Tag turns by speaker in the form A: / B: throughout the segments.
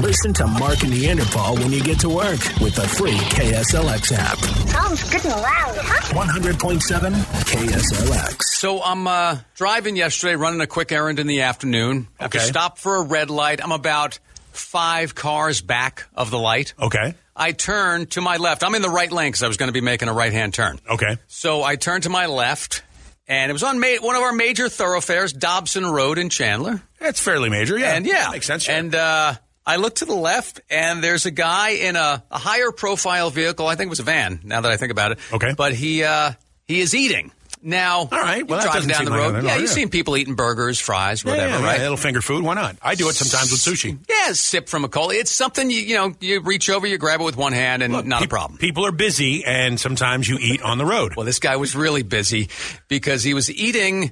A: Listen to Mark and Neanderthal when you get to work with the free KSLX app.
B: Sounds good and loud, huh?
A: 100.7 KSLX.
C: So I'm uh, driving yesterday, running a quick errand in the afternoon. I have to
D: Okay.
C: stop for a red light. I'm about five cars back of the light.
D: Okay.
C: I turn to my left. I'm in the right lane because I was going to be making a right hand turn.
D: Okay.
C: So I turned to my left, and it was on ma- one of our major thoroughfares, Dobson Road in Chandler.
D: That's fairly major. Yeah.
C: And yeah,
D: Makes sense. sure.
C: And uh, I look to the left, and there's a guy in a, a higher profile vehicle. I think it was a van. Now that I think about it,
D: Okay.
C: But he uh, he is eating now. All
D: right, well, that
C: driving
D: doesn't
C: down
D: seem
C: the
D: like
C: road.
D: that at
C: yeah,
D: all,
C: you've
D: yeah.
C: seen people eating burgers, fries,
D: Yeah,
C: whatever,
D: yeah,
C: right?
D: A little finger food. Why not? I do it sometimes with sushi.
C: yeah, sip from a cola. It's something you you know you reach over, you grab it with one hand, and not
D: Pe-
C: a problem.
D: People are busy, and sometimes you eat on the road.
C: Well, this guy was really busy because he was eating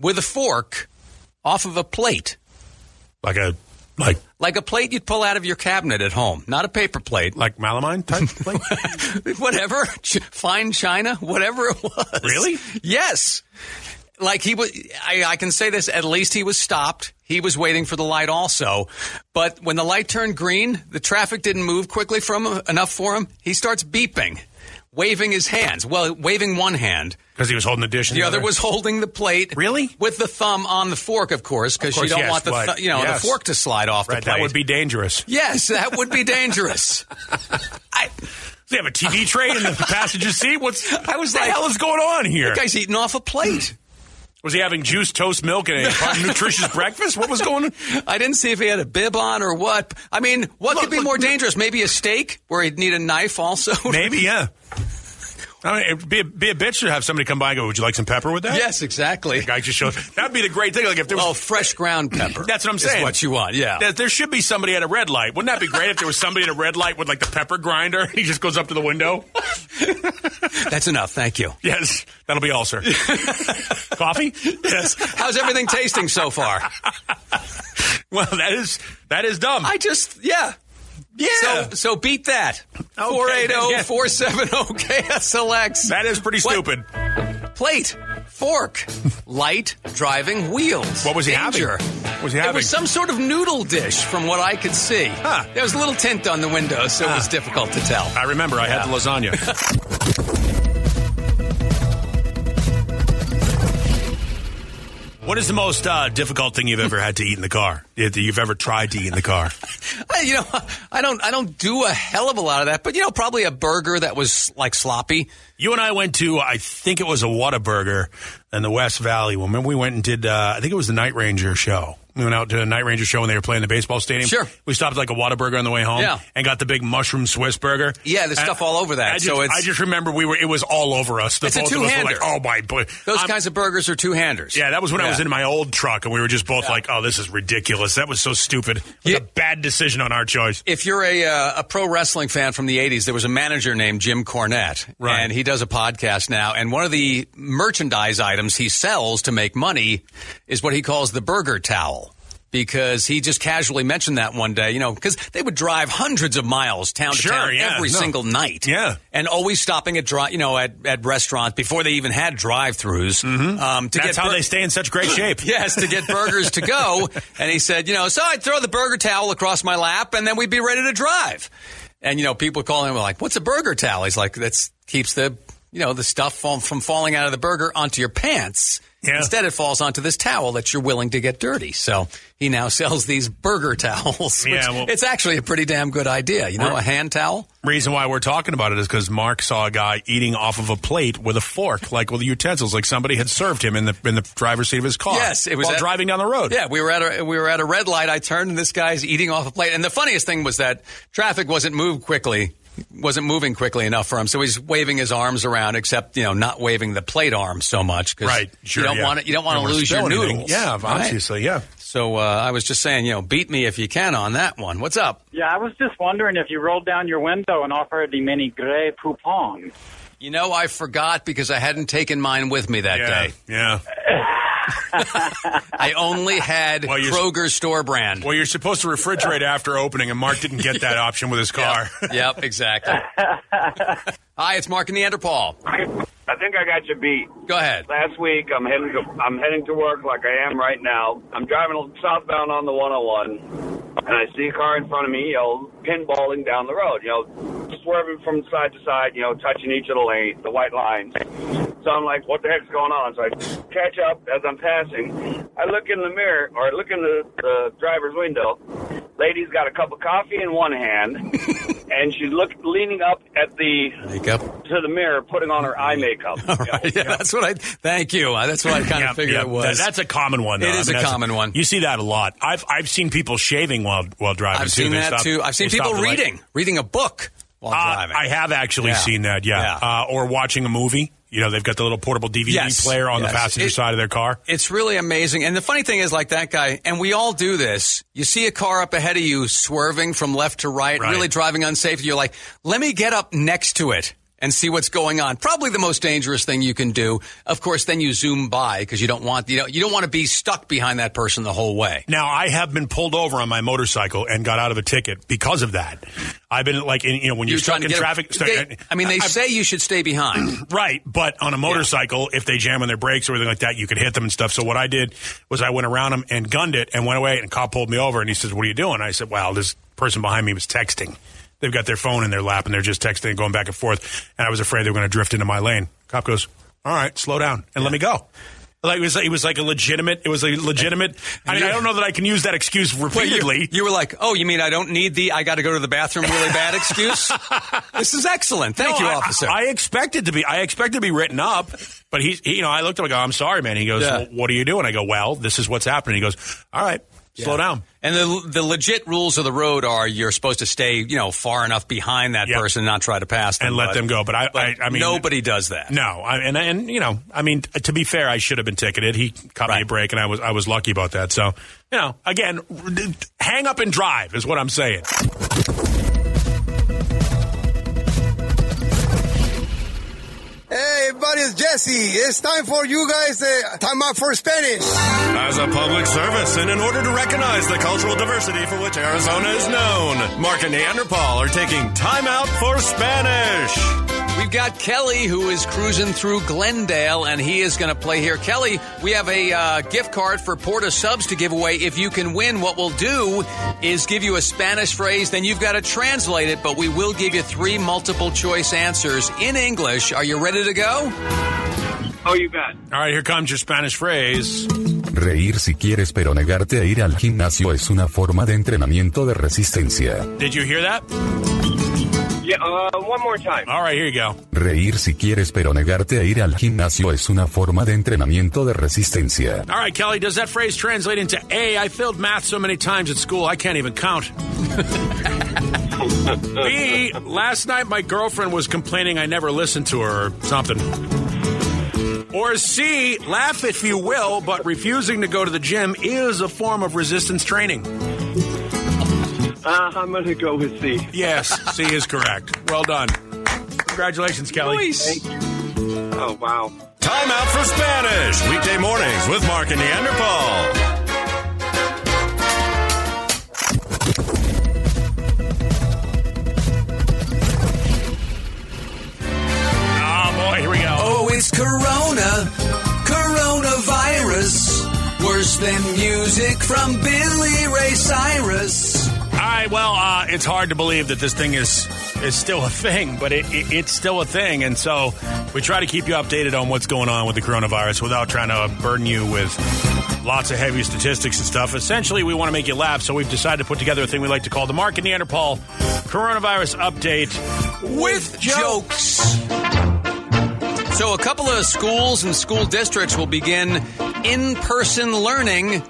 C: with a fork off of a plate.
D: like a like
C: Like a plate you'd pull out of your cabinet at home, not a paper plate.
D: like Malamine type. Like,
C: whatever, ch- fine china, whatever it was.
D: Really?
C: Yes. Like he was, I, I can say this. At least he was stopped. He was waiting for the light, also. But when the light turned green, the traffic didn't move quickly from him, enough for him. He starts beeping, waving his hands. Well, waving one hand.
D: because he was holding the dish. and
C: The other was holding the plate.
D: Really?
C: With the thumb on the fork, of course, because you
D: course,
C: don't
D: yes,
C: want the
D: but-
C: thu- you know
D: yes.
C: the fork to slide off
D: Right,
C: the plate.
D: that would be dangerous.
C: yes, that would be dangerous. I,
D: They have a TV tray in the passenger seat. What's
C: I was
D: what the
C: like-
D: hell is going on here?
C: that guy's eating off a plate.
D: Was he having juice, toast, milk, and a nutritious breakfast? What was going? on?
C: I didn't see if he had a bib on or what. I mean, what could be more dangerous? Maybe a steak where he'd need a knife also?
D: Maybe, yeah. I mean, it'd be a, be a bitch to have somebody come by and go, "Would you like some pepper with that?"
C: yes, exactly.
D: Guy just showed. That'd be the great thing. Like if there was
C: Well, fresh ground pepper.
D: That's what I'm
C: is
D: saying.
C: what you want, yeah.
D: There, there should be somebody at a red light. Wouldn't that be great if there was somebody at a red light with like the pepper grinder? He just goes up to the window.
C: That's enough. Thank you.
D: Yes, that'll be all, sir. Coffee? Yes.
C: How's everything tasting so far?
D: Well, that is that is dumb.
C: I just, yeah.
D: yeah.
C: So, so beat that. oh,
D: Okay,
C: 480
D: yeah.
C: 470 KSLX.
D: that is pretty
C: What?
D: stupid.
C: Plate, fork, light, driving wheels.
D: What was he
C: Danger.
D: having? What was he
C: It
D: having?
C: was some sort of noodle dish from what I could see.
D: Huh.
C: There was a little tint on the window, so it was difficult to tell.
D: I remember I had the lasagna. What is the most uh, difficult thing you've ever had to eat in the car? That you've ever tried to eat in the car?
C: I- you know, I don't, I don't do a hell of a lot of that, but you know, probably a burger that was like sloppy.
D: You and I went to, I think it was a Whataburger in the West Valley. Remember, we went and did, uh, I think it was the Night Ranger show. We went out to a Night Ranger show when they were playing the baseball stadium.
C: Sure.
D: We stopped at, like a Whataburger on the way home
C: Yeah.
D: and got the big mushroom Swiss burger.
C: Yeah, there's
D: And
C: stuff all over that,
D: I just,
C: so it's-
D: I just remember we were, it was all over us. The
C: It's a
D: both of us were like,
C: two-hander.
D: oh my boy.
C: Those
D: I'm-
C: kinds of burgers are two handers.
D: yeah, that was when I was in my old truck and we were just both like, oh, this is ridiculous. That was so stupid. It was
C: Yeah.
D: a bad decision on our choice.
C: If you're a, uh, a pro wrestling fan from the 80s, there was a manager named Jim Cornette.
D: Right.
C: And he does a podcast now. And one of the merchandise items he sells to make money is what he calls the burger towel. Because he just casually mentioned that one day, you know, because they would drive hundreds of miles town to
D: Sure,
C: town
D: yeah,
C: every
D: no.
C: single night.
D: Yeah.
C: And always stopping at, dri- you know, at, at restaurants before they even had drive throughs. Um, to
D: Mm-hmm. That's
C: get
D: how
C: bur-
D: they stay in such great shape.
C: yes, to get burgers to go. And he said, you know, so I'd throw the burger towel across my lap and then we'd be ready to drive. And, you know, people call him like, what's a burger towel? He's like, that's keeps the, you know, the stuff from, from falling out of the burger onto your pants.
D: Yeah.
C: Instead, it falls onto this towel that you're willing to get dirty. So he now sells these burger towels. Which
D: Yeah, well-
C: it's actually a pretty damn good idea. You know, a hand towel.
D: reason why we're talking about it is because Mark saw a guy eating off of a plate with a fork, like with utensils, like somebody had served him in the in the driver's seat of his car.
C: Yes, it was
D: while
C: at-
D: driving down the road.
C: Yeah, we were at a we were at a red light. I turned and this guy's eating off a plate. And the funniest thing was that traffic wasn't moved quickly, wasn't moving quickly enough for him. So he's waving his arms around, except you know, not waving the plate arm so much because
D: right. Sure,
C: you don't
D: yeah.
C: want to you don't want to lose your
D: spill anything.
C: noodles.
D: Yeah,
C: right?
D: obviously, yeah.
C: So uh, I was just saying, you know, beat me if you can on that one. What's up?
E: Yeah, I was just wondering if you rolled down your window and offered the mini gray poupon.
C: You know, I forgot because I hadn't taken mine with me that
D: Yeah,
C: day.
D: yeah.
C: I only had
D: Well, you're-
C: Kroger store brand.
D: Well, you're supposed to refrigerate after opening, and Mark didn't get that option with his car.
C: yep, exactly. Hi, it's Mark and Neanderthal.
F: I think I got you beat.
C: Go ahead.
F: Last week, I'm heading to I'm heading to work like I am right now. I'm driving southbound on the 101. and I see a car in front of me, you know, pinballing down the road, you know, swerving from side to side, you know, touching each of the lanes, the white lines. So I'm like, what the heck's going on? So I catch up as I'm passing. I look in the mirror, or I look in the, the driver's window. Lady's got a cup of coffee in one hand, and she's look, leaning up at the
C: Makeup.
F: to the mirror, putting on her eye makeup.
C: All right. Yeah, that's what I. Thank you. Uh, That's what I kind of
D: Yeah,
C: figured
D: yeah.
C: it was.
D: That- that's a common one. Though.
C: It is a
D: that's-
C: common one.
D: You see that a lot. I've I've seen people shaving while while driving.
C: I've
D: too.
C: seen
D: They
C: that
D: stop-
C: too. I've seen
D: they
C: people
D: stop the light.
C: reading, reading a book while
D: Uh,
C: driving.
D: I have actually
C: Yeah.
D: seen that. Yeah,
C: Yeah.
D: Uh, or watching a movie. You know, they've got the little portable DVD
C: Yes.
D: player on
C: Yes.
D: the passenger
C: It-
D: side of their car.
C: It's really amazing. And the funny thing is, like that guy, and we all do this. You see a car up ahead of you swerving from left to right,
D: Right.
C: really driving unsafe. You're like, let me get up next to it and see what's going on. Probably the most dangerous thing you can do. Of course, then you zoom by because you don't want you know you don't want to be stuck behind that person the whole way.
D: Now I have been pulled over on my motorcycle and got out of a ticket because of that. I've been like, in, you know, when you're, stuck in
C: a-
D: traffic. stuck-
C: they- I mean, they say you should stay behind.
D: Right, but on a motorcycle, if they jam on their brakes or anything like that, you could hit them and stuff. So what I did was I went around them and gunned it and went away. And a cop pulled me over and he says, "What are you doing?" I said, "Well, this person behind me was texting. They've got their phone in their lap and they're just texting and going back and forth. And I was afraid they were going to drift into my lane." Cop goes, "All right, slow down and let me go." Like it was, it was like a legitimate. It was a legitimate. I mean, I don't know that I can use that excuse
C: Wait, you-
D: repeatedly.
C: You, were like, oh, you mean I don't need the I got to go to the bathroom really bad excuse? this is excellent. Thank
D: No,
C: you,
D: Oh, I-
C: officer.
D: I, I expected to be. I expected to be written up, but he, he you know, I looked at him. I go, I'm sorry, man. He goes,
C: Yeah.
D: well, What are you doing? I go, Well, this is what's happening. He goes, All right, slow down.
C: and the the legit rules of the road are you're supposed to stay, you know, far enough behind that
D: Yep.
C: person, not try to pass them
D: And let
C: but-
D: them go. But I, I, I mean,
C: nobody does that.
D: No, I, and and you know, I mean, t- to be fair, I should have been ticketed. He caught me
C: Right.
D: a break, and I was I was lucky about that. So you know, again, r- d- hang up and drive is what I'm saying.
G: Hey, everybody, it's Jesse. It's time for you guys. Uh, time out for Spanish.
H: As a public service, and in order to recognize the cultural diversity for which Arizona is known, Mark and Neanderthal are taking time out for Spanish.
C: We've got Kelly who is cruising through Glendale, and he is going to play here. Kelly, we have a uh, gift card for Porta Subs to give away. If you can win, what we'll do is give you a Spanish phrase, then you've got to translate it, but we will give you three multiple choice answers in English. Are you ready to go?
F: Oh, you bet.
D: All right, here comes your Spanish phrase.
I: Reír si quieres pero negarte a ir al gimnasio es una forma de entrenamiento de resistencia.
D: Did you hear that?
F: Yeah, uh, one more time.
D: All right, here you go.
I: Reír si quieres pero negarte a ir al gimnasio es una forma de entrenamiento de resistencia.
D: All right, Kelly, does that phrase translate into A? I failed math so many times at school, I can't even count. B, last night my girlfriend was complaining I never listened to her or something. Or C, laugh if you will, but refusing to go to the gym is a form of resistance training.
F: Uh, I'm going to go with C.
D: Yes, C is correct. Well done. Congratulations, Kelly.
F: Oh, wow.
H: Time out for Spanish, weekday mornings with Mark and Neanderthal. Ah,
D: Oh, boy, here we go.
J: Oh, it's Corona, coronavirus. Worse than music from Billy Ray Cyrus.
D: All right. Well, uh, it's hard to believe that this thing is is still a thing, but it, it, it's still a thing, and so we try to keep you updated on what's going on with the coronavirus without trying to burden you with lots of heavy statistics and stuff. Essentially, we want to make you laugh, so we've decided to put together a thing we like to call the Mark and Neanderthal Coronavirus Update
C: with jokes. So, a couple of schools and school districts will begin in person learning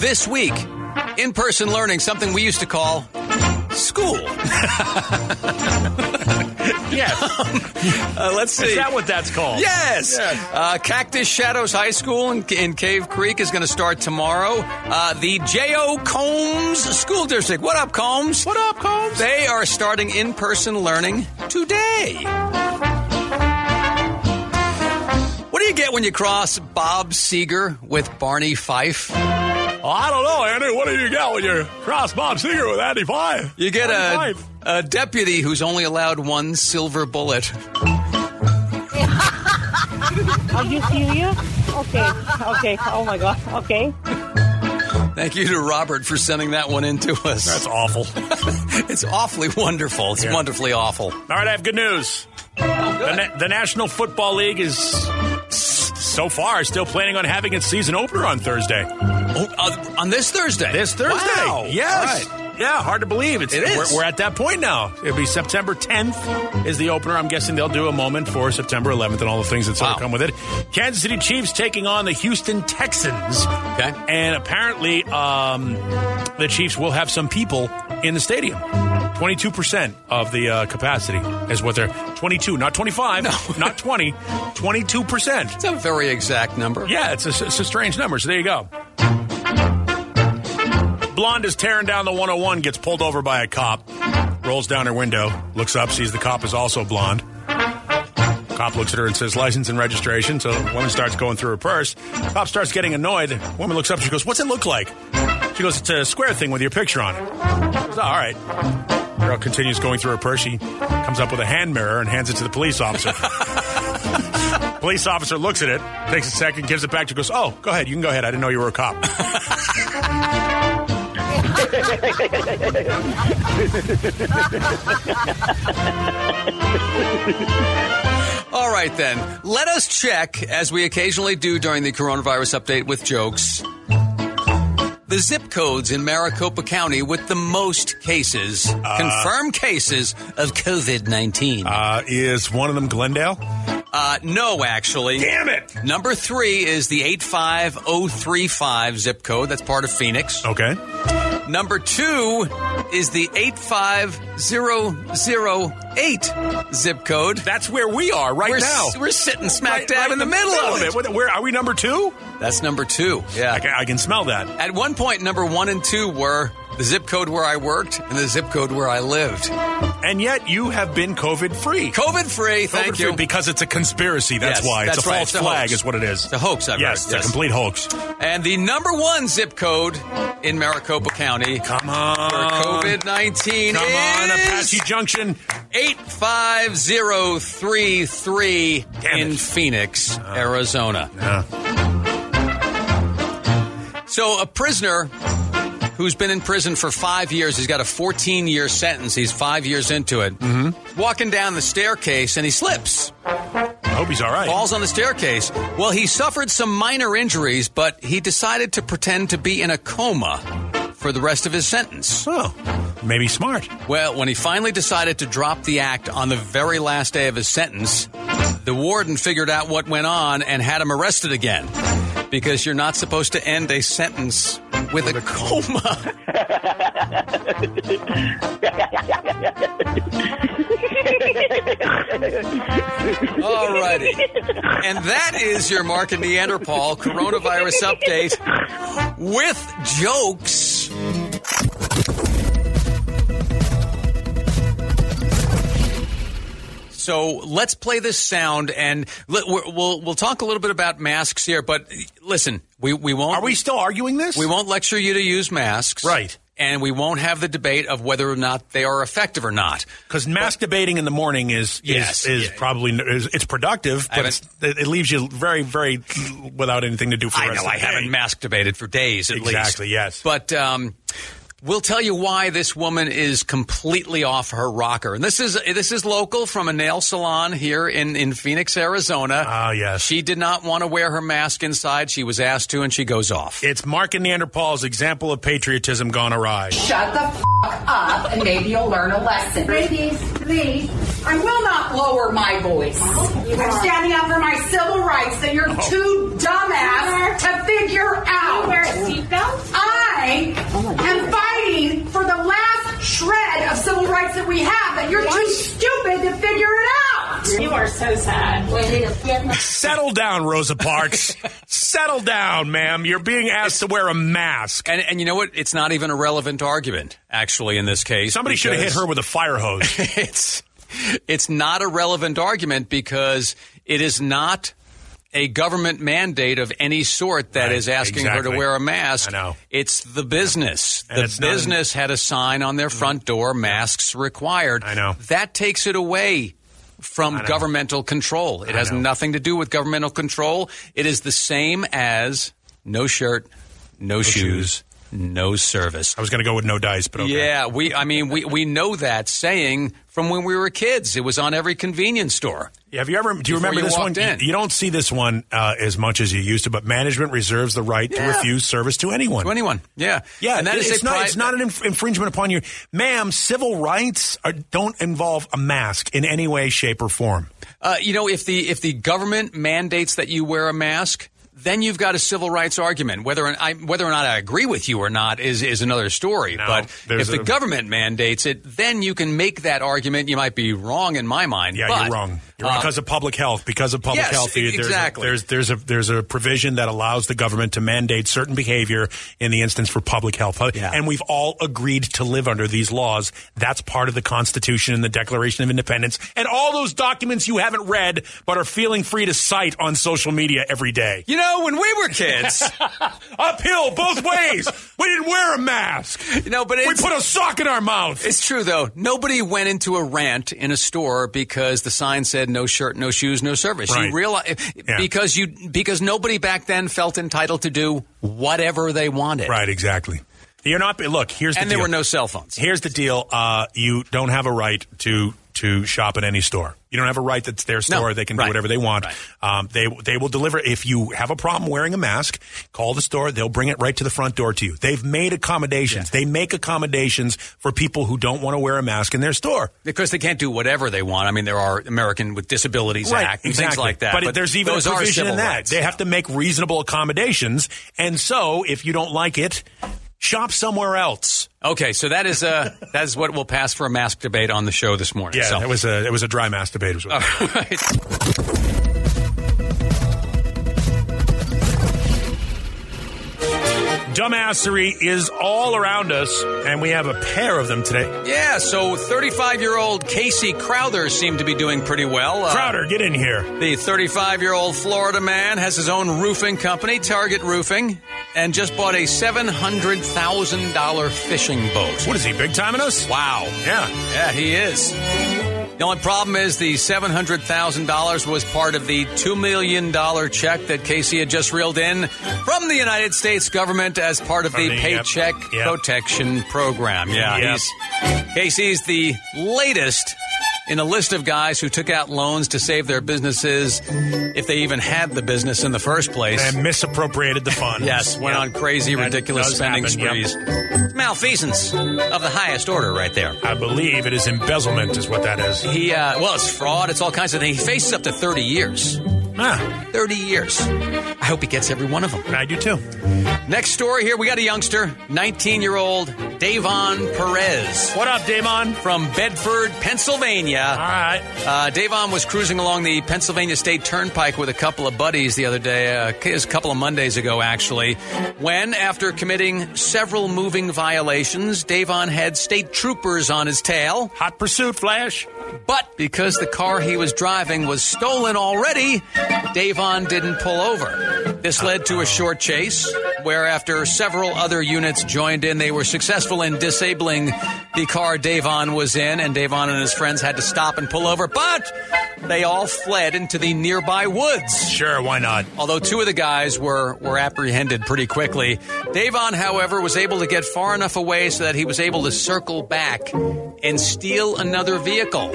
C: this week. In person learning, something we used to call school.
D: Yes,
C: Uh, let's see.
D: is that what that's called?
C: Yes. Uh, Cactus Shadows High School in, in Cave Creek is going to start tomorrow. Uh, the J.O. Combs School District. What up, Combs? What up, Combs? They are starting in person learning today. What do you get when you cross Bob Seger with Barney Fife?
D: Well, I don't know, Andy. What do you get when you cross Bob Seger with Andy Five?
C: You get
D: Barney
C: a,
D: Fife.
C: a deputy who's only allowed one silver bullet.
B: Are you serious? Okay, okay. Oh my God. Okay.
C: Thank you to Robert for sending that one in to us.
D: That's awful.
C: it's awfully wonderful. It's
D: Yeah.
C: wonderfully awful.
D: All right, I have good news. The, Na- the National Football League is s- so far still planning on having its season opener on Thursday.
C: Oh, uh, on this Thursday.
D: This Thursday.
C: Wow.
D: Yes.
C: All right.
D: Yeah, hard to believe. It's,
C: It is.
D: We're, we're at that point now. It'll be September 10th is the opener. I'm guessing they'll do a moment for September 11th and all the things that sort of
C: Wow.
D: come with it. Kansas City Chiefs taking on the Houston Texans.
C: Okay.
D: And apparently, um, the Chiefs will have some people in the stadium. 22% of the uh, capacity is what they're 22, not 25, not 20, 22%.
C: It's a very exact number.
D: Yeah, it's a, it's a strange number. So there you go. Blonde is tearing down the 101, gets pulled over by a cop, rolls down her window, looks up, sees the cop is also blonde. Cop looks at her and says, license and registration. So the woman starts going through her purse. Cop starts getting annoyed. Woman looks up. She goes, what's it look like? She goes, it's a square thing with your picture on it. She goes, All right. Girl continues going through her purse. She comes up with a hand mirror and hands it to the police officer. Police officer looks at it, takes a second, gives it back to goes, Oh, go ahead, you can go ahead. I didn't know you were a cop.
C: All right, then. Let us check, as we occasionally do during the coronavirus update with jokes, the zip codes in Maricopa County with the most cases, confirmed cases of COVID 19. Uh,
D: Uh, is one of them Glendale?
C: no, actually.
D: Damn it!
C: Number three is the 85035 zip code. That's part of Phoenix.
D: Okay.
C: Number two is the 85008 zip code.
D: That's where we are right
C: we're,
D: now.
C: s- we're sitting smack
D: Right-
C: dab
D: right
C: in the, middle, of it.
D: What- Where are we number two?
C: That's number two. Yeah.
D: I can, I can smell that.
C: At one point, number one and two were the zip code where I worked and the zip code where I lived.
D: And yet you have been COVID free.
C: COVID free, thank you.
D: Because it's a conspiracy. That's
C: Yes,
D: why. It's
C: that's
D: a
C: right.
D: false
C: It's a
D: flag,
C: hoax.
D: is what it is.
C: It's a hoax, I've
D: yes,
C: heard.
D: it's a complete hoax.
C: And the number one zip code in Maricopa County
D: Come on.
C: for COVID 19
D: Come
C: is
D: on, Apache Junction.
C: 85033
D: Damn
C: in
D: it. Uh-huh.
C: Phoenix, Arizona. So, a prisoner who's been in prison for five years, he's got a 14 year sentence, he's five years into it, mm-hmm. walking down the staircase and he slips,
D: I hope he's all right.
C: falls on the staircase. Well, he suffered some minor injuries, but he decided to pretend to be in a coma for the rest of his sentence.
D: Oh, maybe smart.
C: Well, when he finally decided to drop the act on the very last day of his sentence, the warden figured out what went on and had him arrested again. Because you're not supposed to end a sentence with a coma. All righty. And that is your Mark and Neanderthal coronavirus update with jokes. So let's play this sound, and let, we're- we'll we'll talk a little bit about masks here. But listen, we we won't
D: Are we still arguing this?
C: we won't lecture you to use masks,
D: Right.
C: And we won't have the debate of whether or not they are effective or not.
D: Because mask debating in the morning is is,
C: Yes.
D: is
C: Yeah.
D: probably is, it's productive, but
C: haven't-
D: it's, it it leaves you very very without anything to do for the
C: I
D: rest
C: know
D: of
C: I
D: the day.
C: haven't mask debated for days, at least.
D: Exactly, yes.
C: But um, we'll tell you why this woman is completely off her rocker. And this is this is local from a nail salon here in in Phoenix, Arizona.
D: Ah, yes.
C: She did not want to wear her mask inside. She was asked to, and she goes off.
D: It's Mark and Neanderthals' example of patriotism gone awry.
K: Shut the f up and maybe you'll learn a lesson.
B: Ladies, please.
K: I will not lower my voice. I'm standing up for my civil rights that you're too dumbass to figure out.
B: Wear seatbelts.
K: I am fighting for the last shred of civil rights that we have that you're too stupid to figure it out.
B: You are so sad.
D: Settle down, Rosa Parks. Settle down, ma'am. You're being asked to wear a mask.
C: And, and you know what? It's not even a relevant argument, actually, in this case.
D: Somebody should have hit
C: because
D: her with a fire hose.
C: It's, it's not a relevant argument because it is not a government mandate of any sort that
D: Right,
C: is asking her
D: exactly.
C: to wear a mask.
D: I know.
C: It's the business.
D: And it's
C: the
D: not an-
C: business had a sign on their front door, masks required.
D: I know.
C: That takes it away. From governmental control. It has
D: know.
C: nothing to do with governmental control. It is the same as no shirt, no, shoes,
D: shoes,
C: no service.
D: I was going to go with no dice, but okay.
C: Yeah, we. I mean, we we know that saying from when we were kids. It was on every convenience store.
D: Yeah, have you ever? Do you
C: Before
D: remember
C: you
D: this one?
C: walked in.
D: You, you don't see this one uh, as much as you used to, but management reserves the right to
C: Yeah.
D: refuse service to anyone.
C: To anyone. Yeah.
D: Yeah,
C: And that
D: it-
C: is a
D: it's not.
C: pri-
D: it's not an inf- infringement upon you, ma'am. Civil rights are, don't involve a mask in any way, shape, or form.
C: Uh, you know, if the if the government mandates that you wear a mask, then you've got a civil rights argument. Whether an, I, whether or not I agree with you or not is is another story. but
D: there's
C: if the
D: a-
C: government mandates it, then you can make that argument. You might be wrong in my mind.
D: Yeah,
C: but,
D: you're wrong. You're wrong.
C: uh,
D: because of public health. Because of public
C: yes,
D: health. you- There's,
C: exactly.
D: There's there's a there's a provision that allows the government to mandate certain behavior in the instance for public health, Uh, and we've all agreed to live under these laws. That's part of the Constitution and the Declaration of Independence, and all those documents you haven't read but are feeling free to cite on social media every day.
C: You know, when we were kids,
D: uphill both ways. we didn't wear a mask.
C: You know, but
D: we
C: it's-
D: put a sock in our mouth.
C: It's true though. Nobody went into a rant in a store because the sign said no shirt, no shoes, no service.
D: Right.
C: You realize
D: Yeah.
C: because you because nobody back then felt entitled to do whatever they wanted.
D: Right, exactly. You're not. Look, here's the
C: And there
D: deal.
C: were no cell phones.
D: Here's the deal. Uh, you don't have a right to to shop at any store. You don't have a right. That's their store. They can do
C: Right.
D: whatever they want. Um, they they will deliver. If you have a problem wearing a mask, call the store. They'll bring it right to the front door to you. They've made accommodations. They make accommodations for people who don't want to wear a mask in their store.
C: Because they can't do whatever they want. I mean, there are American with Disabilities Act and things like that.
D: But, there's even a
C: those are
D: provision in
C: civil
D: that.
C: rights.
D: They have to make reasonable accommodations. And so, if you don't like it, shop somewhere else.
C: Okay, so that is uh, that is what will pass for a mask debate on the show this morning.
D: Yeah,
C: so.
D: that was a it was a dry mask debate. As well. Dumbassery is all around us, and we have a pair of them today.
C: yeah, so 35 year old Casey Crowther seemed to be doing pretty well. Uh,
D: Crowder, get in here.
C: The 35 year old Florida man has his own roofing company, Target Roofing, and just bought a $700,000 fishing boat.
D: What is he, big timing us?
C: Wow.
D: Yeah.
C: Yeah, he is. The only problem is the $700,000 was part of the $2 million check that Casey had just reeled in from the United States government as part of
D: From
C: the,
D: the, yep,
C: Paycheck
D: yep.
C: Protection Program. Yeah,
D: Yep.
C: he's, Casey's the latest in a list of guys who took out loans to save their businesses if they even had the business in the first place.
D: And misappropriated the funds.
C: Yes, went
D: Yep.
C: on crazy,
D: That
C: ridiculous
D: does
C: spending
D: happen, yep.
C: sprees. Malfeasance of the highest order, right there.
D: I believe it is embezzlement, is what that is.
C: He, uh, well, it's fraud, it's all kinds of things. He faces up to 30 years.
D: Ah,
C: 30 years. I hope he gets every one of them.
D: I do too.
C: Next story here, we got a youngster, 19 year old Davon Perez
D: What up, Damon?
C: from Bedford, Pennsylvania.
D: All right.
C: Uh, Davon was cruising along the Pennsylvania State Turnpike with a couple of buddies the other day, uh, it was a couple of Mondays ago, actually, when, after committing several moving violations, Davon had state troopers on his tail.
D: Hot pursuit, Flash.
C: But because the car he was driving was stolen already, Davon didn't pull over. This led to a short chase, where after several other units joined in, they were successful in disabling the car Davon was in, and Davon and his friends had to stop and pull over. But they all fled into the nearby woods.
D: Sure, why not?
C: Although two of the guys were, were apprehended pretty quickly. Davon, however, was able to get far enough away so that he was able to circle back and steal another vehicle.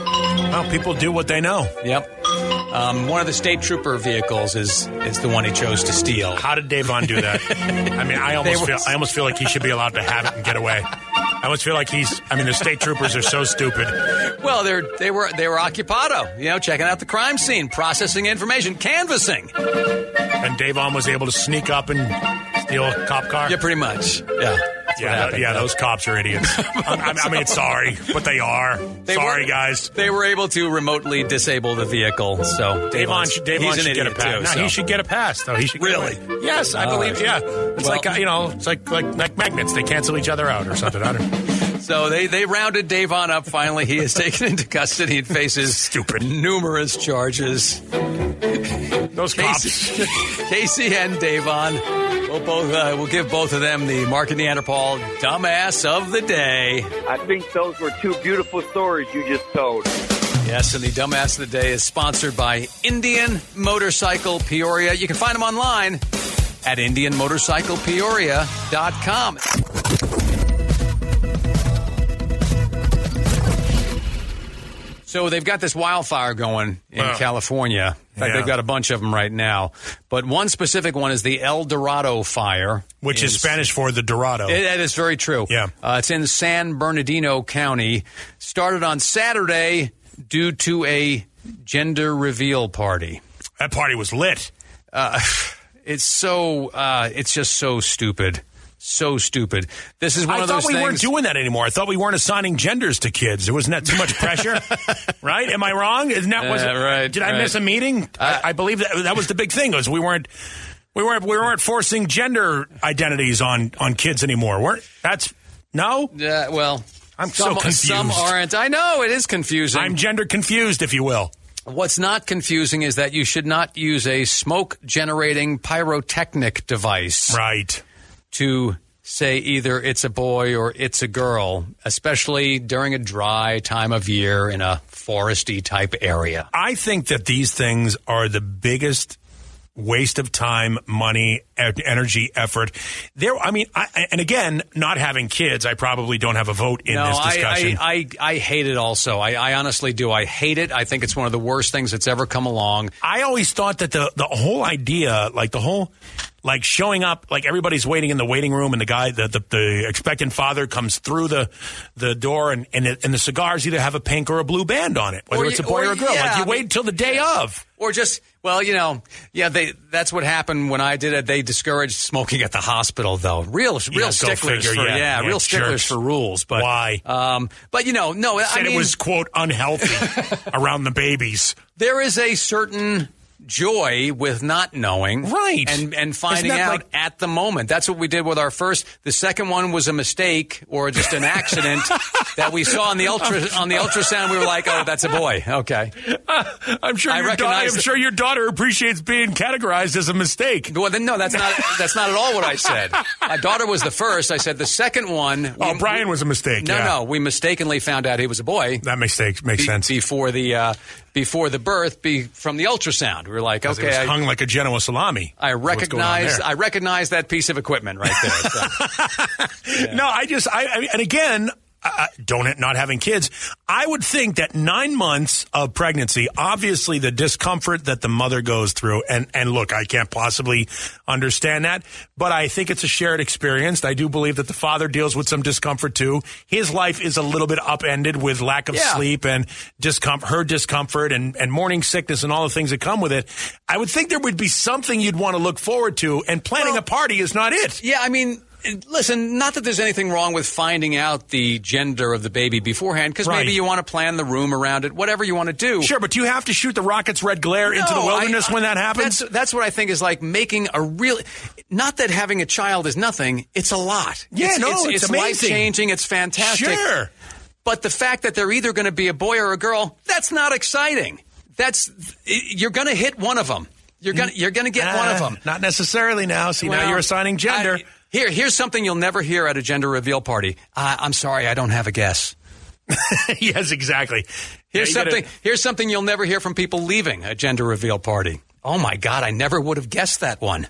D: Well, people do what they know.
C: Yep. Um, one of the state trooper vehicles is is the one he chose to steal.
D: How did Davon do that? I mean, I almost
C: They were-
D: feel I almost feel like he should be allowed to have it and get away. I almost feel like he's. I mean, the state troopers are so stupid.
C: Well, they are they were they were occupado, you know, checking out the crime scene, processing information, canvassing.
D: And Davon was able to sneak up and steal a cop car.
C: Yeah, pretty much. Yeah. That's what
D: Yeah,
C: happened.
D: yeah, those cops are idiots. I, I mean, sorry, but they are.
C: They
D: sorry,
C: were-
D: guys.
C: They were able to remotely disable the vehicle. So
D: Davon, should- Davon
C: he's an
D: should get a
C: idiot,
D: pass.
C: Too,
D: no,
C: so.
D: he should get a pass, though. He should get
C: Really?
D: away. yes, I
C: All
D: believe.
C: right.
D: Yeah, it's
C: Well-
D: like uh, you know, it's like like like magnets. They cancel each other out or something. I don't. know.
C: So they, they rounded Davon up finally. He is taken into custody and faces
D: Stupid.
C: numerous charges.
D: Those cops.
C: Casey, Casey and Davon. We'll both uh, we'll give both of them the Mark and Neanderthal dumbass of the day.
L: I think those were two beautiful stories you just told.
C: Yes, and the dumbass of the day is sponsored by Indian Motorcycle Peoria. You can find them online at IndianMotorcyclePeoria.com. So they've got this wildfire going in
D: Yeah.
C: California. In fact,
D: Yeah.
C: They've got a bunch of them right now. But one specific one is the El Dorado fire,
D: which is, Spanish for the Dorado.
C: It- that is very true. Yeah. Uh, it's in San Bernardino County. Started on Saturday due to a gender reveal party.
D: That party was lit.
C: Uh, it's so. Uh, it's just so stupid. So stupid. This is one
D: I
C: of
D: thought
C: those
D: we
C: things.
D: weren't doing that anymore. I thought we weren't assigning genders to kids. Wasn't that too much pressure? right? Am I wrong? Isn't that was
C: Yeah,
D: it-
C: right,
D: Did
C: right. Uh,
D: I miss a meeting? I, I believe that that was the big thing. Was we weren't we weren't we weren't forcing gender identities on on kids anymore. Weren't that's no?
C: Yeah. Well,
D: I'm so
C: some,
D: confused.
C: Some aren't. I know it is confusing.
D: I'm gender confused, if you will.
C: What's not confusing is that you should not use a smoke generating pyrotechnic device.
D: Right.
C: To say either it's a boy or it's a girl, especially during a dry time of year in a foresty type area.
D: I think that these things are the biggest waste of time, money, e- energy, effort. There, I mean, I, and again, not having kids, I probably don't have a vote in
C: no,
D: this
C: I-
D: discussion.
C: I, I, I hate it also. I, I honestly do. I hate it. I think it's one of the worst things that's ever come along.
D: I always thought that the the whole idea, like the whole, like showing up, like everybody's waiting in the waiting room, and the guy, the the, the expectant father comes through the the door, and and the, and the cigars either have a pink or a blue band on it, whether
C: Or
D: it's a
C: you-
D: boy
C: or
D: or, a girl.
C: you-
D: like
C: yeah,
D: you
C: I mean-
D: wait till the day of.
C: Or just, well, you know, yeah, they that's what happened when I did it. They discouraged smoking at the hospital, though. Real, real
D: Yeah, go
C: sticklers
D: figure,
C: for yeah,
D: yeah, yeah,
C: real sticklers
D: jerks.
C: for rules. But
D: Why?
C: Um, but you know, no, I
D: Said
C: mean,
D: it was quote unhealthy around the babies.
C: there is a certain joy with not knowing
D: Right.
C: and and
D: Isn't
C: finding
D: that
C: out
D: like-
C: at the moment that's what we did with our first the second one was a mistake or just an accident that we saw on the ultra on the ultrasound we were like oh that's a boy okay
D: I'm sure.
C: I
D: your da-
C: recognize
D: I'm
C: it.
D: sure your daughter appreciates being categorized as a mistake.
C: Well, then no, that's not that's not at all what I said. My daughter was the first. I said the second one.
D: Oh, Brian was a mistake.
C: No,
D: yeah.
C: no, we mistakenly found out he was a boy
D: that mistake makes
C: be-
D: sense.
C: before the uh, before the birth, be from the ultrasound. We were like,
D: 'Cause it
C: okay,
D: was
C: I,
D: hung like a Genoa salami.
C: I
D: What's going on
C: recognize
D: there?
C: I recognize that piece of equipment right there. So,
D: No, I just, I, I mean, and again, I, I- don't it not having kids. I would think that nine months of pregnancy, obviously the discomfort that the mother goes through, and and look, I can't possibly understand that, but I think it's a shared experience. I do believe that the father deals with some discomfort too. His life is a little bit upended with lack of
C: Yeah.
D: sleep and discomfort, her discomfort, and and morning sickness, and all the things that come with it. I would think there would be something you'd want to look forward to, and planning a party is not it.
C: yeah, I mean. Listen, not that there's anything wrong with finding out the gender of the baby beforehand, because
D: Right.
C: maybe you want to plan the room around it, whatever you want to do.
D: Sure, but do you have to shoot the rocket's red glare into the
C: No,
D: wilderness
C: I- uh,
D: when that happens?
C: That's, that's what I think is like making a real. Not that having a child is nothing; it's a lot.
D: Yeah,
C: it's,
D: no,
C: it's,
D: it's
C: life
D: amazing.
C: changing. It's fantastic.
D: Sure.
C: but the fact that they're either going to be a boy or a girl, that's not exciting. That's you're going to hit one of them. You're gonna you're gonna get one of
D: Ah,
C: them.
D: Not necessarily now. See, now
C: Well,
D: you're assigning gender.
C: I- here, here's something you'll never hear at a gender reveal party. Uh, I'm sorry, I don't have a guess.
D: yes, exactly.
C: Here's
D: Yeah, you
C: something.
D: gotta-
C: Here's something you'll never hear from people leaving a gender reveal party. Oh my God, I never would have guessed that one.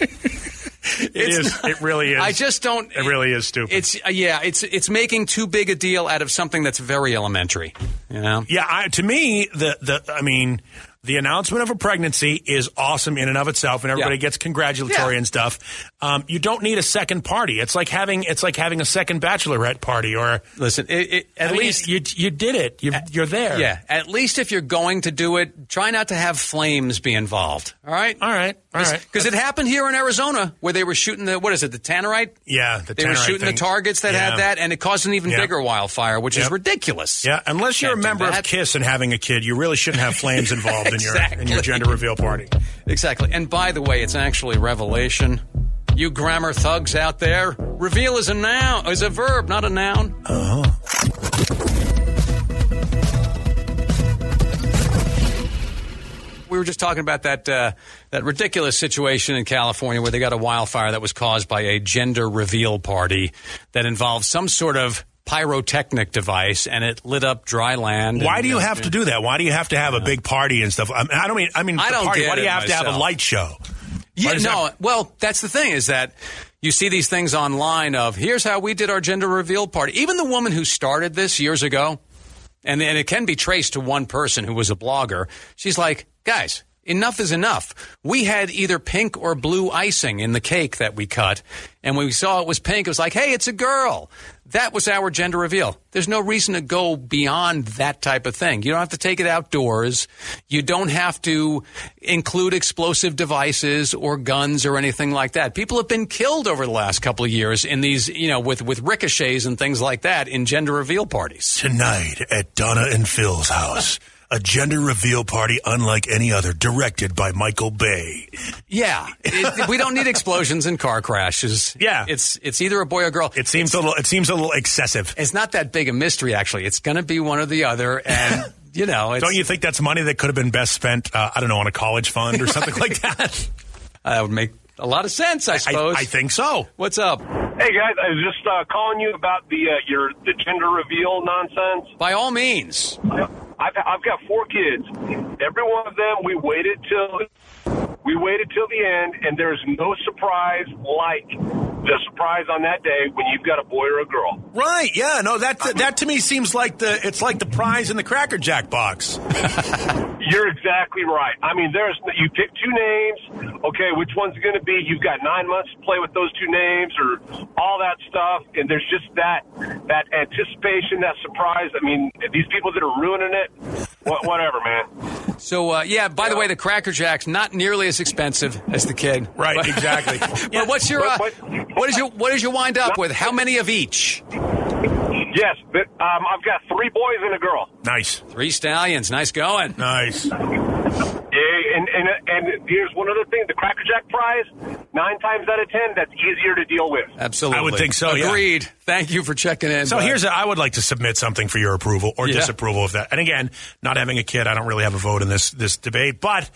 D: it is. it really is.
C: I just don't.
D: It really is stupid.
C: It's uh, yeah. It's it's making too big a deal out of something that's very elementary. You know.
D: yeah, I, to me, the the I mean, the announcement of a pregnancy is awesome in and of itself, and everybody
C: Yeah.
D: gets congratulatory
C: Yeah.
D: and stuff. Um, you don't need a second party. It's like having it's like having a second bachelorette party, or
C: Listen, it, it, at
D: I mean,
C: least
D: you you did it. You're, you're there.
C: yeah. At least if you're going to do it, try not to have flames be involved. All right.
D: All right. All right.
C: Because it happened here in Arizona where they were shooting the what is it the tannerite?
D: Yeah, the
C: they were
D: tannerite
C: shooting
D: thing.
C: the targets that
D: Yeah.
C: had that, and it caused an even
D: Yeah.
C: bigger wildfire, which is
D: Yep.
C: ridiculous.
D: Yeah, unless you're a
C: Can't do
D: member of
C: that.
D: Kiss and having a kid, you really shouldn't have flames involved in your in your
C: Exactly.
D: gender reveal party.
C: Exactly. And by the way, it's actually revelation. You grammar thugs out there, reveal is a noun, is a verb, not a noun. Uh-huh. We were just talking about that uh, that ridiculous situation in California where they got a wildfire that was caused by a gender reveal party that involved some sort of pyrotechnic device and it lit up dry land.
D: Why
C: and-
D: do you have to do that? Why do you have to have a big party and stuff? I, mean, I don't mean. I mean,
C: I
D: the
C: don't
D: party.
C: get
D: Why do
C: it
D: you have to have a
C: myself.
D: light show?
C: Yeah,
D: does
C: no. Well, that's the thing is that you see these things online of here's how we did our gender reveal party. Even the woman who started this years ago, and, and it can be traced to one person who was a blogger, she's like, guys, enough is enough. We had either pink or blue icing in the cake that we cut, and when we saw it was pink, it was like, hey, it's a girl. That was our gender reveal. There's no reason to go beyond that type of thing. You don't have to take it outdoors. You don't have to include explosive devices or guns or anything like that. People have been killed over the last couple of years in these, you know, with, with ricochets and things like that in gender reveal parties.
D: Tonight at Donna and Phil's house, a gender reveal party unlike any other, directed by Michael Bay.
C: Yeah, It- we don't need explosions and car crashes. Yeah, it's it's either a boy or girl. It
D: seems a little it seems a little excessive.
C: It's not that big a mystery actually. It's going to be one or the other, and you know, it's,
D: Don't you think that's money that could have been best spent? Uh, I don't know on a college fund or something like that.
C: that would make a lot of sense, I suppose.
D: I think so.
C: What's up?
M: Hey guys, I was just uh, calling you about the uh, your the gender reveal nonsense.
C: By all means,
M: I've I've got four kids. Every one of them, we waited till we waited till the end, and there's no surprise like the surprise on that day when you've got a boy or a girl.
D: Right? Yeah. No. That that to me seems like the it's like the prize in the Cracker Jack box.
M: You're exactly right. I mean, there's you pick two names. Okay, which one's going to be? You've got nine months to play with those two names, or all that stuff. And there's just that that anticipation, that surprise. I mean, these people that are ruining it, wha- whatever, man.
C: So uh, yeah. By the way, the Cracker Jack's not nearly as expensive as the kid.
D: Right. Exactly.
C: but what's your uh, what is your what is your wind up with? How many of each?
M: Yes, but um, I've got three boys and a girl.
D: Nice.
C: Three stallions. Nice going.
D: Nice.
M: Yeah, Eh, and and and here's one other thing: the Cracker Jack prize, nine times out of ten, that's easier to deal with.
C: Absolutely.
D: I would think so, yeah.
C: Agreed. Thank you for checking in.
D: So
C: bud.
D: here's a, I would like to submit something for your approval or
C: Yeah.
D: disapproval of that. And again, not having a kid, I don't really have a vote in this this debate. But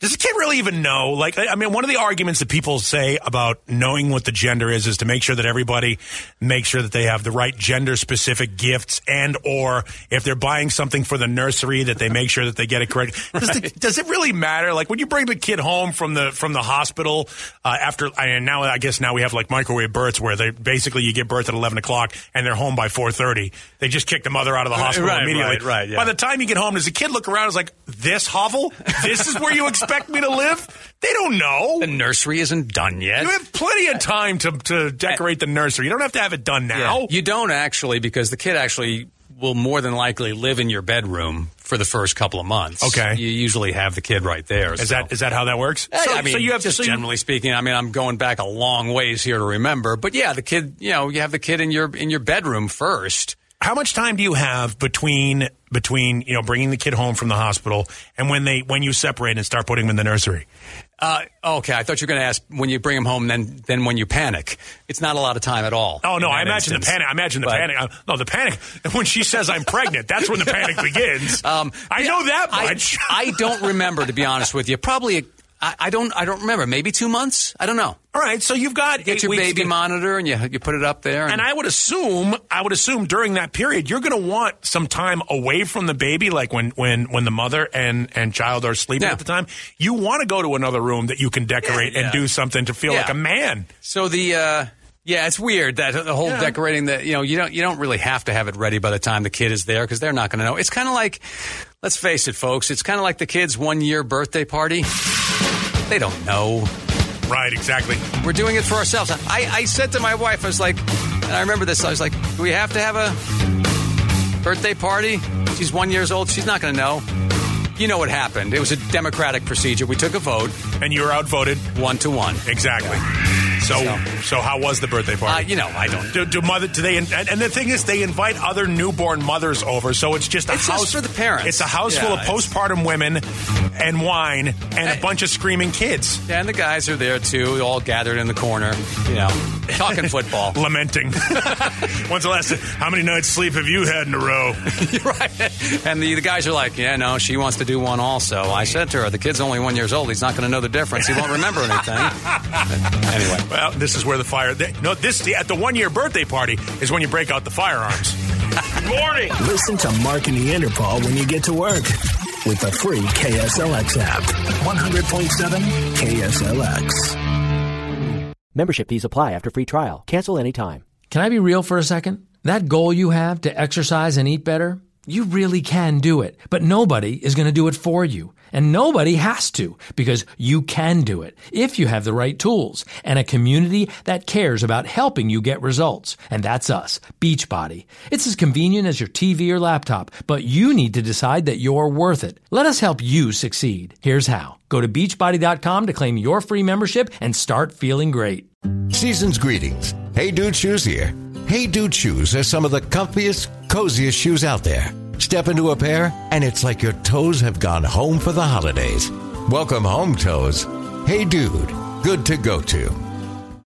D: does a kid really even know? Like, I I mean, one of the arguments that people say about knowing what the gender is is to make sure that everybody makes sure that they have the right gender specific gifts and or if they're buying something for the nursery that they make sure that they get it correct. Does, the, does it really matter? Like when you bring the kid home from the from the hospital uh, after and now I guess now we have like microwave births where they basically you give birth at eleven o'clock and they're home by four thirty. They just kick the mother out of the
H: Right,
D: hospital
H: right,
D: immediately.
H: right, right, yeah.
D: By the time you get home, does the kid look around? and Is like this hovel? This is where you expect me to live? They don't know.
C: The nursery isn't done yet.
D: You have plenty of time to, to decorate the nursery. You don't have to have it done now.
C: Yeah, you don't actually because the kid actually will more than likely live in your bedroom for the first couple of months.
D: Okay.
C: You usually have the kid right there.
D: Is that is that how that works?
C: so, Eh, I mean,
D: you have
C: just
D: so you-
C: generally speaking, I mean, I'm going back a long ways here to remember, but yeah, the kid, you know, you have the kid in your in your bedroom first.
D: how much time do you have between between you know bringing the kid home from the hospital and when they when you separate and start putting them in the nursery?
C: Uh, okay, I thought you were going to ask when you bring him home, then then when you panic, it's not a lot of time at all.
D: Oh no,
C: in
D: I
C: that
D: imagine
C: instance.
D: the panic. I imagine the
C: But-
D: panic. I- no, the panic when she says I'm pregnant. That's when the panic begins. Um, I know that
C: I-
D: much.
C: I, don't remember, to be honest with you. Probably, I, I don't. I don't remember. Maybe two months. I don't know.
D: All right, so you've got
C: Get
D: eight
C: your
D: weeks
C: baby
D: to-
C: monitor and you you put it up there.
D: And I would assume, I would assume during that period, you're going to want some time away from the baby, like when when when the mother and and child are sleeping
C: Yeah.
D: at the time. You want to go to another room that you can decorate
C: Yeah, yeah.
D: and do something to feel
C: Yeah.
D: like a man.
C: so the. Uh, yeah, it's weird that the whole
D: Yeah.
C: decorating that you know you don't you don't really have to have it ready by the time the kid is there because they're not going to know. It's kind of like, let's face it, folks. It's kind of like the kid's one year birthday party. They don't know.
D: Right, exactly.
C: We're doing it for ourselves. I, I said to my wife, I was like, and I remember this. I was like, do we have to have a birthday party? She's one years old. She's not going to know. You know what happened? It was a democratic procedure. We took a vote,
D: and you were outvoted
C: one to one.
D: Exactly. So, so how was the birthday
C: Uh,
D: party?
C: you know, I don't.
D: Do, do mother do they and, and the thing is they invite other newborn mothers over, so it's just a
C: It's just
D: house
C: for the parents.
D: It's a house full of
C: Yeah, it's-
D: postpartum women and wine and a bunch of screaming kids.
C: Yeah, and the guys are there too, all gathered in the corner. You know, talking football,
D: lamenting. When's the last? How many nights sleep have you had in a row?
C: right. And the, the guys are like, yeah, no, she wants to do one also. I said to her, the kid's only one years old. He's not going to know the difference. He won't remember anything. anyway,
D: well, this is where the fire. They, no, this at the one year birthday party is when you break out the firearms.
A: Morning. Listen to Mark and Neanderthal when you get to work with the free KSLX app. 100.7 KSLX.
N: Membership fees apply after free trial. Cancel any time.
O: Can I be real for a second? That goal you have to exercise and eat better, you really can do it. But nobody is going to do it for you. And nobody has to because you can do it if you have the right tools and a community that cares about helping you get results. And that's us, Beachbody. It's as convenient as your TV or laptop, but you need to decide that you're worth it. Let us help you succeed. Here's how. Go to beachbody.com to claim your free membership and start feeling great.
P: Season's greetings. Hey Dude Shoes here. Hey Dude Shoes are some of the comfiest, coziest shoes out there. Step into a pair, and it's like your toes have gone home for the holidays. Welcome home, toes. Hey Dude, good to go to.